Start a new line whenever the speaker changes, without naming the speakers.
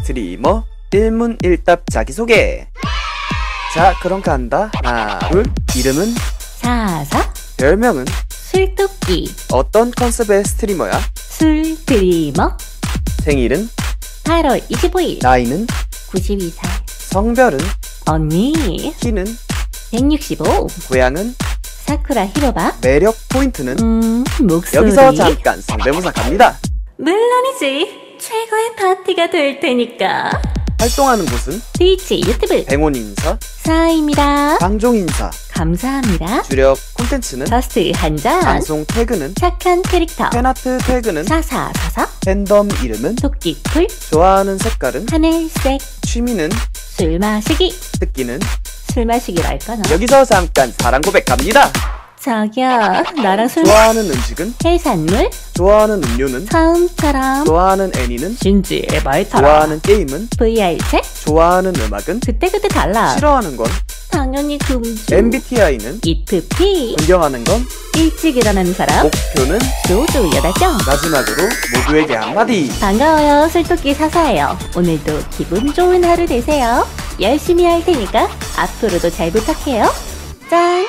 스트리머 1문 1답 자기소개 자 그럼 간다 하나 둘 이름은
사사
별명은
술토끼
어떤 컨셉의 스트리머야
술 드리머
생일은
8월 25일
나이는
92살
성별은
언니
키는
165
고향은
사쿠라 히로바
매력 포인트는
음 목소리
여기서 잠깐 성대모사 갑니다
물론이지 최고의 파티가 될 테니까
활동하는 곳은
트위치 유튜브
백원 인사
사입니다
방종 인사
감사합니다
주력 콘텐츠는
저스트 한잔
방송 태그는
착한 캐릭터
팬아트 태그는
사사사사
팬덤 이름은
토끼풀
좋아하는 색깔은
하늘색
취미는
술 마시기
듣기는
술 마시기랄까나
여기서 잠깐 사랑 고백합니다.
저기요 나랑 술
좋아하는 음식은
해산물
좋아하는 음료는
처음처럼
좋아하는 애니는
진지 말처럼
좋아하는 게임은
VR 책
좋아하는 음악은
그때그때 달라
싫어하는 건
당연히 금주
MBTI는
EFP
존경하는 건
일찍 일어나는 사람
목표는
조조 여다정
마지막으로 모두에게 한마디.
반가워요 술토끼 사사예요 오늘도 기분 좋은 하루 되세요 열심히 할 테니까 앞으로도 잘 부탁해요 짠